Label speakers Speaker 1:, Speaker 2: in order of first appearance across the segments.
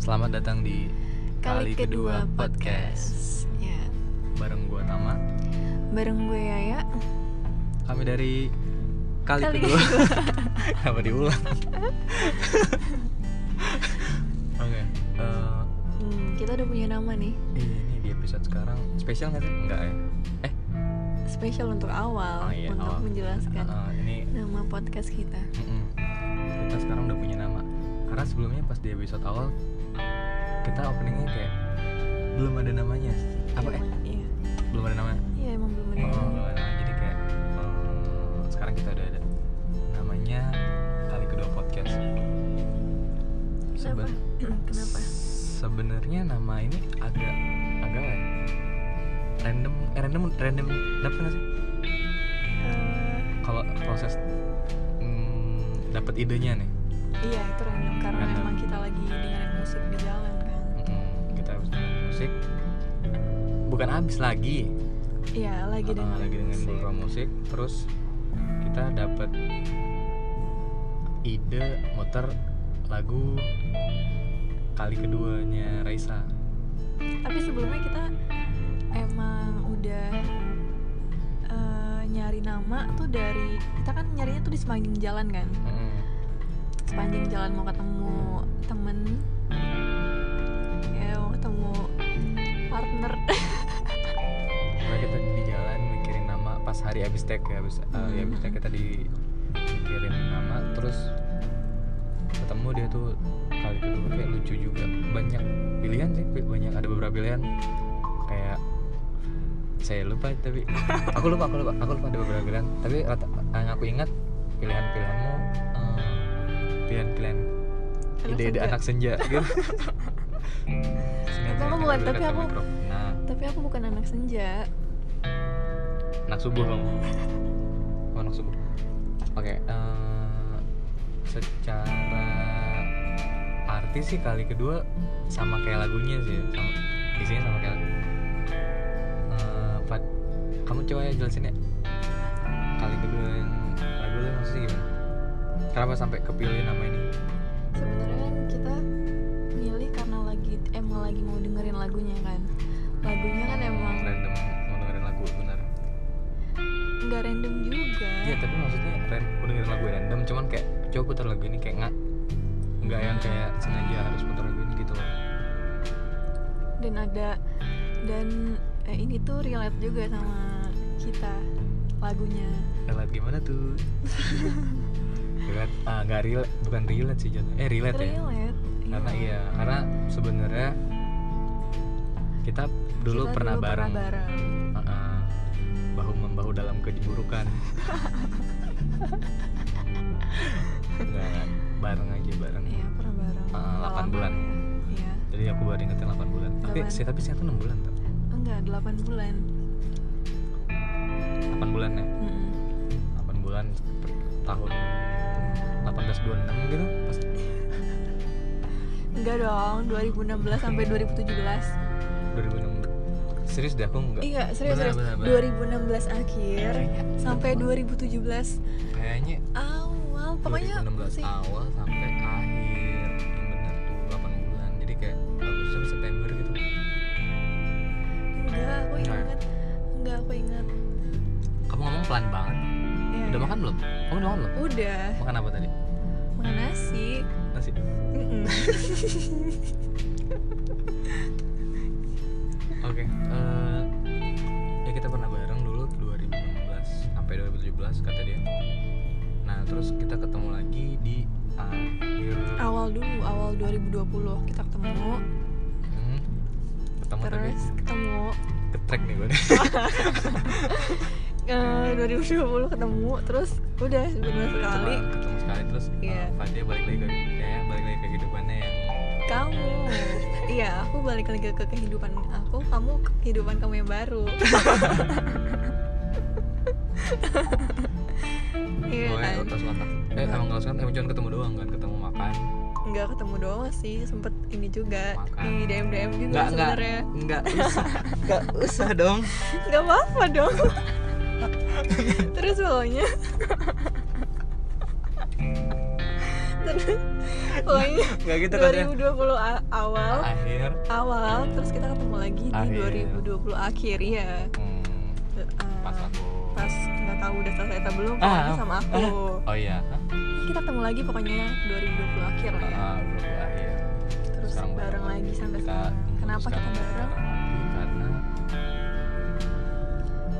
Speaker 1: Selamat datang di Kali Kedua Podcast.
Speaker 2: Ya,
Speaker 1: bareng gua Nama.
Speaker 2: bareng gue Yaya.
Speaker 1: Kami dari Kali,
Speaker 2: Kali
Speaker 1: Kedua. Kenapa diulang? Oke. eh,
Speaker 2: Hmm, kita udah punya nama nih,
Speaker 1: ini di episode sekarang spesial nggak sih? Enggak ya? Eh,
Speaker 2: spesial untuk awal
Speaker 1: Oh, iya,
Speaker 2: untuk
Speaker 1: awal.
Speaker 2: menjelaskan
Speaker 1: eh, ini
Speaker 2: nama podcast kita.
Speaker 1: mm-mm. kita sekarang udah punya nama. Karena sebelumnya pas di episode awal kita openingnya kayak belum ada namanya. Apa eh?
Speaker 2: Emang, Iya,
Speaker 1: Belum ada namanya.
Speaker 2: Iya, emang belum ada.
Speaker 1: Oh,
Speaker 2: nama.
Speaker 1: gimana? jadi kayak hmm, sekarang kita udah ada namanya kali kedua podcast.
Speaker 2: Kenapa?
Speaker 1: Seben-
Speaker 2: Kenapa?
Speaker 1: Sebenarnya nama ini agak agak apa ya? random, eh, random, random, dapat nggak sih?
Speaker 2: Eh,
Speaker 1: Kalau proses hmm, dapat idenya nih,
Speaker 2: iya, itu random karena
Speaker 1: Random.
Speaker 2: emang kita lagi dengerin musik di jalan kan.
Speaker 1: Mm-mm, Hmm, kita habis dengerin musik, bukan habis lagi,
Speaker 2: Iya, lagi
Speaker 1: Uh,
Speaker 2: dengerin
Speaker 1: lagi dengan
Speaker 2: musik.
Speaker 1: program musik terus kita dapat ide muter lagu kali keduanya Raisa
Speaker 2: Tapi sebelumnya kita emang udah eh, nyari nama tuh dari kita kan nyarinya tuh di sepanjang jalan kan.
Speaker 1: Mm-mm.
Speaker 2: sepanjang jalan mau ketemu temen ya mau ketemu partner
Speaker 1: karena kita di jalan mikirin nama pas hari abis tag ya abis uh, ya, abis tag kita di mikirin nama terus ketemu dia tuh kali kedua kayak lucu juga banyak pilihan sih banyak ada beberapa pilihan kayak saya lupa tapi aku lupa aku lupa aku lupa ada beberapa pilihan tapi rata, yang aku ingat pilihan pilihanmu pilihan pilihan
Speaker 2: Anak
Speaker 1: ide ide
Speaker 2: senja.
Speaker 1: anak senja gitu
Speaker 2: Aku
Speaker 1: Sengaja kita
Speaker 2: bukan, tapi
Speaker 1: dekat
Speaker 2: aku-
Speaker 1: mikro. nah
Speaker 2: tapi aku bukan anak senja
Speaker 1: anak subuh kamu oh, anak subuh oke eh, secara arti sih kali kedua sama kayak lagunya sih sama isinya sama kayak lagu Eh, Fat, kamu coba ya jelasin ya kali kedua yang lagu lu maksudnya gimana kenapa sampai kepilih nama ini
Speaker 2: sebenarnya kan kita milih karena lagi emang lagi mau dengerin lagunya kan lagunya kan emang
Speaker 1: random mau dengerin lagu benar
Speaker 2: nggak random juga
Speaker 1: Iya tapi maksudnya ren gua dengerin lagu random cuman kayak coba putar lagu ini kayak nggak nggak yang kayak sengaja harus putar lagu ini gitu loh
Speaker 2: dan ada dan eh, ini tuh relate juga sama kita lagunya
Speaker 1: relate gimana tuh relate ah nggak relate bukan relate sih jatuh eh relate, ya
Speaker 2: relate
Speaker 1: karena iya karena sebenarnya kita dulu
Speaker 2: Kita
Speaker 1: pernah bareng
Speaker 2: pernah bareng
Speaker 1: Ah, ah. bahu membahu dalam keburukan nggak bareng aja bareng
Speaker 2: iya pernah bareng
Speaker 1: Ah, delapan
Speaker 2: Lama
Speaker 1: bulan.
Speaker 2: ya. iya
Speaker 1: jadi aku baru ingetin 8 bulan tapi
Speaker 2: Delapan.
Speaker 1: sih tapi sih itu 6 bulan tuh
Speaker 2: enggak 8 bulan
Speaker 1: 8 bulan ya
Speaker 2: Mm-mm.
Speaker 1: 8 bulan per tahun 1826 gitu pas
Speaker 2: Enggak dong, 2016 sampai 2017.
Speaker 1: 2006 serius deh aku nggak
Speaker 2: Iya, serius,
Speaker 1: Benar,
Speaker 2: serius.
Speaker 1: benar, benar.
Speaker 2: 2016 akhir sampai 2017
Speaker 1: kayaknya
Speaker 2: awal. Pokoknya
Speaker 1: 2016
Speaker 2: sih
Speaker 1: awal sampai akhir yang benar tuh 8 bulan jadi kayak Agustus sampai September gitu
Speaker 2: enggak ya? aku
Speaker 1: Nah.
Speaker 2: ingat. Enggak aku ingat.
Speaker 1: kamu ngomong pelan banget
Speaker 2: Ya,
Speaker 1: udah
Speaker 2: ya.
Speaker 1: makan belum kamu udah makan belum
Speaker 2: Udah.
Speaker 1: makan apa tadi
Speaker 2: Makan nasi.
Speaker 1: nasi oke
Speaker 2: Mm-mm.
Speaker 1: eh, ya kita pernah bareng dulu 2016 sampai 2017 kata dia nah terus kita ketemu lagi di ah, hmm, akhir
Speaker 2: awal dulu, awal 2020 kita ketemu,
Speaker 1: Hmm, ketemu tapi
Speaker 2: terus Oh, ketemu
Speaker 1: ketrek nih gue
Speaker 2: eh, 2020 ketemu, terus udah benar sekali
Speaker 1: Cuma ketemu sekali terus
Speaker 2: Iya.
Speaker 1: uh, Fadia balik lagi ke ya balik lagi ke kehidupannya yang
Speaker 2: kamu. Iya, aku balik lagi ke kehidupan aku, kamu ke kehidupan kamu yang baru. Iya
Speaker 1: pokoknya
Speaker 2: kan?
Speaker 1: lepas kontak eh emang nggak kan emang cuma ketemu doang kan ketemu makan
Speaker 2: kan? Nggak ketemu doang sih, sempet ini juga
Speaker 1: Makan.
Speaker 2: di DM DM juga
Speaker 1: nggak nggak
Speaker 2: sebenarnya.
Speaker 1: nggak usah nggak usah dong
Speaker 2: Nggak apa-apa dong. Terus pokoknya Terus pokoknya
Speaker 1: nggak gitu kan ya
Speaker 2: 2020 a- awal
Speaker 1: akhir
Speaker 2: awal terus kita ketemu lagi
Speaker 1: Akhir.
Speaker 2: di 2020 akhir ya
Speaker 1: hmm,
Speaker 2: Uh,
Speaker 1: pas aku
Speaker 2: pas nggak tahu udah selesai atau belum
Speaker 1: Ah,
Speaker 2: pokoknya sama aku
Speaker 1: ah. oh iya Hah?
Speaker 2: Ini kita ketemu lagi pokoknya ya, 2020 akhir lah ya
Speaker 1: Ah, belum akhir
Speaker 2: terus
Speaker 1: sekarang
Speaker 2: bareng lagi sampai sekarang kenapa kita
Speaker 1: memutuskan untuk
Speaker 2: bareng
Speaker 1: lagi karena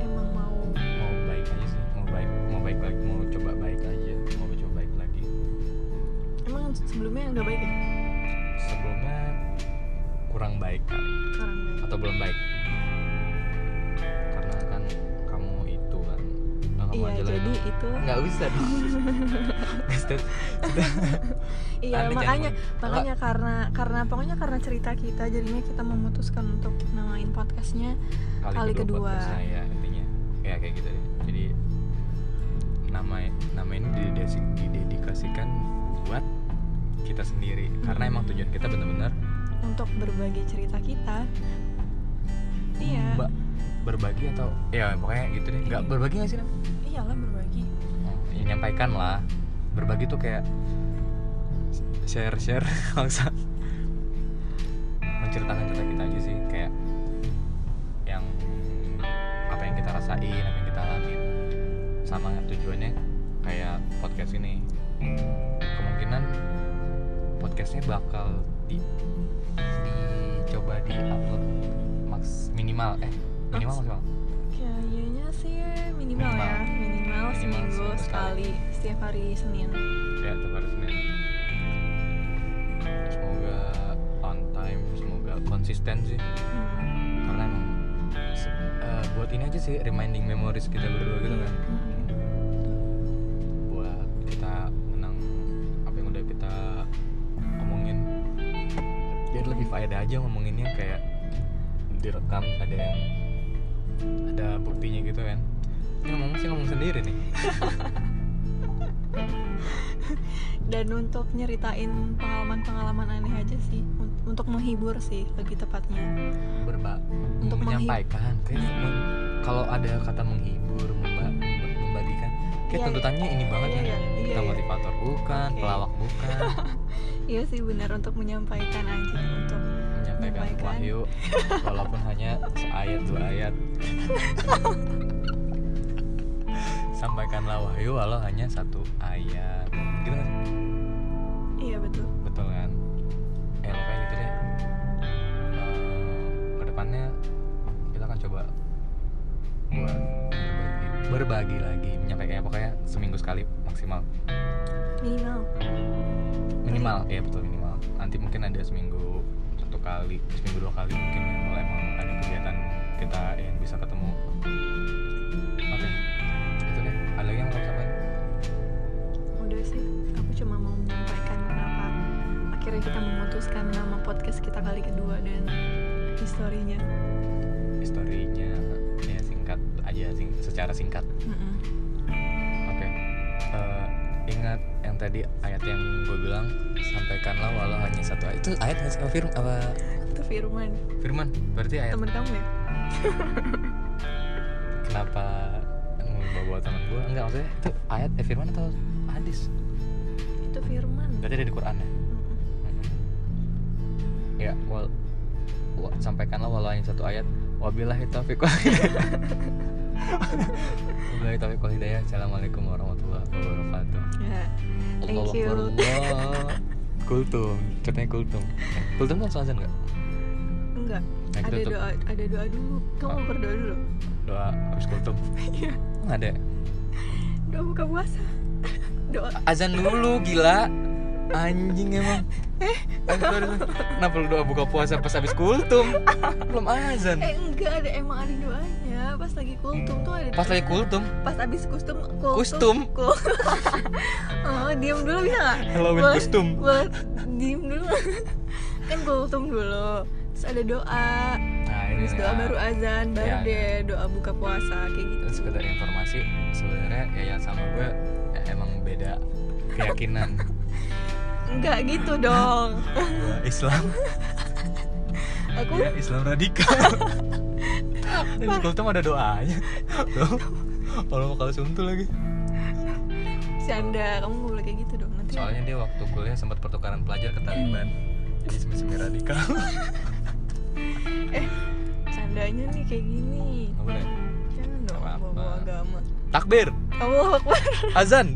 Speaker 2: emang mau
Speaker 1: mau baik aja sih mau baik mau baik lagi mau coba baik aja mau coba baik lagi
Speaker 2: emang sebelumnya nggak baik ya
Speaker 1: sebelumnya kurang baik kali
Speaker 2: sekarang ya? baik
Speaker 1: atau belum baik karena kan kamu itu kan udah kamu
Speaker 2: iya
Speaker 1: aja lah
Speaker 2: jadi itu
Speaker 1: nggak usah dong Ustaz,
Speaker 2: iya
Speaker 1: Anda jangan
Speaker 2: makanya
Speaker 1: ngomong.
Speaker 2: makanya karena karena pokoknya karena cerita kita jadinya kita memutuskan untuk namain podcastnya
Speaker 1: kali,
Speaker 2: Kali
Speaker 1: kedua, buat
Speaker 2: kedua.
Speaker 1: saya intinya ya kayak gitu deh jadi nama nama ini didedasi- didedikasikan buat kita sendiri karena
Speaker 2: Hmm.
Speaker 1: emang tujuan kita benar-benar
Speaker 2: untuk berbagi cerita kita iya
Speaker 1: Mbak, berbagi atau ya pokoknya gitu deh nggak
Speaker 2: Iya.
Speaker 1: berbagi nggak sih Nam?
Speaker 2: iyalah berbagi
Speaker 1: ya, nyampaikan lah berbagi tuh kayak share share langsung menceritakan cerita kita aja sih kayak yang apa yang kita rasain apa yang kita alamin sama tujuannya kayak podcast ini kemungkinan podcastnya bakal di dicoba di upload max minimal eh minimal
Speaker 2: Max-
Speaker 1: maksimal
Speaker 2: kayaknya sih minimal, ya
Speaker 1: Minimal.
Speaker 2: minimal,
Speaker 1: Minimal
Speaker 2: seminggu
Speaker 1: seminggu
Speaker 2: sekali
Speaker 1: sekali.
Speaker 2: setiap hari Senin
Speaker 1: ya tiap hari Senin semoga on time semoga konsisten sih
Speaker 2: Hmm.
Speaker 1: karena emang se- eh, buat ini aja sih reminding memories kita berdua gitu
Speaker 2: Iya.
Speaker 1: kan
Speaker 2: Mm-mm.
Speaker 1: buat kita menang apa yang udah kita omongin jadi lebih faedah aja ngomonginnya kayak direkam ada yang ada buktinya gitu kan ini ngomong sih ngomong sendiri nih
Speaker 2: dan untuk nyeritain pengalaman-pengalaman aneh aja sih Un- untuk menghibur sih lebih tepatnya
Speaker 1: berba
Speaker 2: Untuk
Speaker 1: menyampaikan Kayak meng- kalau ada kata menghibur memba memba- membagikan kayak
Speaker 2: Iya,
Speaker 1: tuntutannya ini banget
Speaker 2: iya,
Speaker 1: ya
Speaker 2: iya,
Speaker 1: kita
Speaker 2: iya.
Speaker 1: motivator bukan
Speaker 2: Oke.
Speaker 1: pelawak bukan
Speaker 2: iya sih benar untuk menyampaikan aja untuk
Speaker 1: menyampaikan
Speaker 2: Menyampaikan.
Speaker 1: wahyu walaupun hanya seayat dua ayat sampaikanlah wahyu walau hanya satu ayat gitu kan
Speaker 2: iya betul
Speaker 1: betul kan eh pokoknya gitu deh Eh, kedepannya kita akan coba buat berbagi, berbagi lagi menyampaikan ya, pokoknya seminggu sekali maksimal
Speaker 2: minimal
Speaker 1: minimal ya betul minimal nanti mungkin ada seminggu satu kali seminggu dua kali mungkin ya, kalau emang ada kegiatan kita yang bisa ketemu oke itu deh ada lagi yang mau sampai
Speaker 2: udah sih aku cuma mau menyampaikan kenapa akhirnya kita memutuskan nama podcast kita kali kedua dan historinya
Speaker 1: historinya ya singkat aja sing- secara singkat
Speaker 2: Mm-mm.
Speaker 1: Oke. Eh, ingat yang tadi ayat yang gue bilang sampaikanlah walau hanya satu ayat. Itu ayat nggak sih? Apa firman? Apa
Speaker 2: itu Firman
Speaker 1: firman? Berarti ayat.
Speaker 2: temen kamu ya
Speaker 1: Kenapa bawa teman gue? Enggak maksudnya itu ayat eh, firman atau hadis?
Speaker 2: itu Firman Hmm.
Speaker 1: Berarti ada di Quran ya.
Speaker 2: Mm-mm.
Speaker 1: Ya, wal, wa- sampaikanlah walau hanya satu ayat. Wabillahi taufiq wal hidayah. Wabillahi taufiq wal hidayah. Assalamualaikum warahmatullahi wabarakatuh.
Speaker 2: ya Thank
Speaker 1: Allah
Speaker 2: you.
Speaker 1: Akbar. kultum, ceritanya kultum. Eh, Kultum kan soal azan nggak?
Speaker 2: enggak
Speaker 1: Nah, kita
Speaker 2: ada
Speaker 1: tutup
Speaker 2: doa ada doa dulu kamu mau berdoa dulu
Speaker 1: doa habis kultum.
Speaker 2: Iya.
Speaker 1: Nggak ada.
Speaker 2: doa buka puasa doa
Speaker 1: Azan dulu, gila. Anjing emang. Eh, kenapa lu doa buka puasa pas habis kultum? Belum azan.
Speaker 2: eh enggak ada emang ada doanya pas lagi kultum tuh ada
Speaker 1: Pas lagi kultum,
Speaker 2: pas abis kustum kultum
Speaker 1: Kustum.
Speaker 2: kul- oh diam dulu bisa nggak
Speaker 1: Halloween
Speaker 2: Boleh-
Speaker 1: kustum.
Speaker 2: boleh diam dulu nggak? kan kultum dulu terus ada doa
Speaker 1: Nah, ini
Speaker 2: terus
Speaker 1: nih,
Speaker 2: doa
Speaker 1: ah.
Speaker 2: baru azan baru
Speaker 1: Iya, iya.
Speaker 2: deh doa buka puasa kayak gitu
Speaker 1: Dan sekedar informasi, sebenarnya Yayan sama gue eh, emang beda keyakinan
Speaker 2: enggak gitu dong
Speaker 1: Gua Islam
Speaker 2: aku
Speaker 1: Dia Iya, Islam radikal. Di kultum ada doanya. Loh, Kalau mau kalah suntul lagi.
Speaker 2: Canda, kamu gak boleh kayak gitu dong nanti.
Speaker 1: Soalnya dia waktu kuliah sempat pertukaran pelajar ke Taliban. Jadi semi-semi radikal.
Speaker 2: Candanya nih kayak gini.
Speaker 1: Nggak boleh.
Speaker 2: Jangan dong
Speaker 1: Apa-apa. Iya,
Speaker 2: bawa agama.
Speaker 1: Takbir,
Speaker 2: Allah Akbar.
Speaker 1: azan.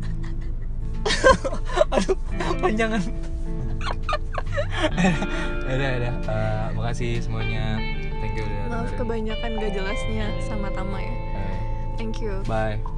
Speaker 1: Aduh, panjangan. Eh, Ada, ada. ya Eh, makasih semuanya. Thank you udah
Speaker 2: Maaf
Speaker 1: dengerin.
Speaker 2: kebanyakan gak jelasnya sama Tama ya.
Speaker 1: Eh,
Speaker 2: Thank you.
Speaker 1: Bye.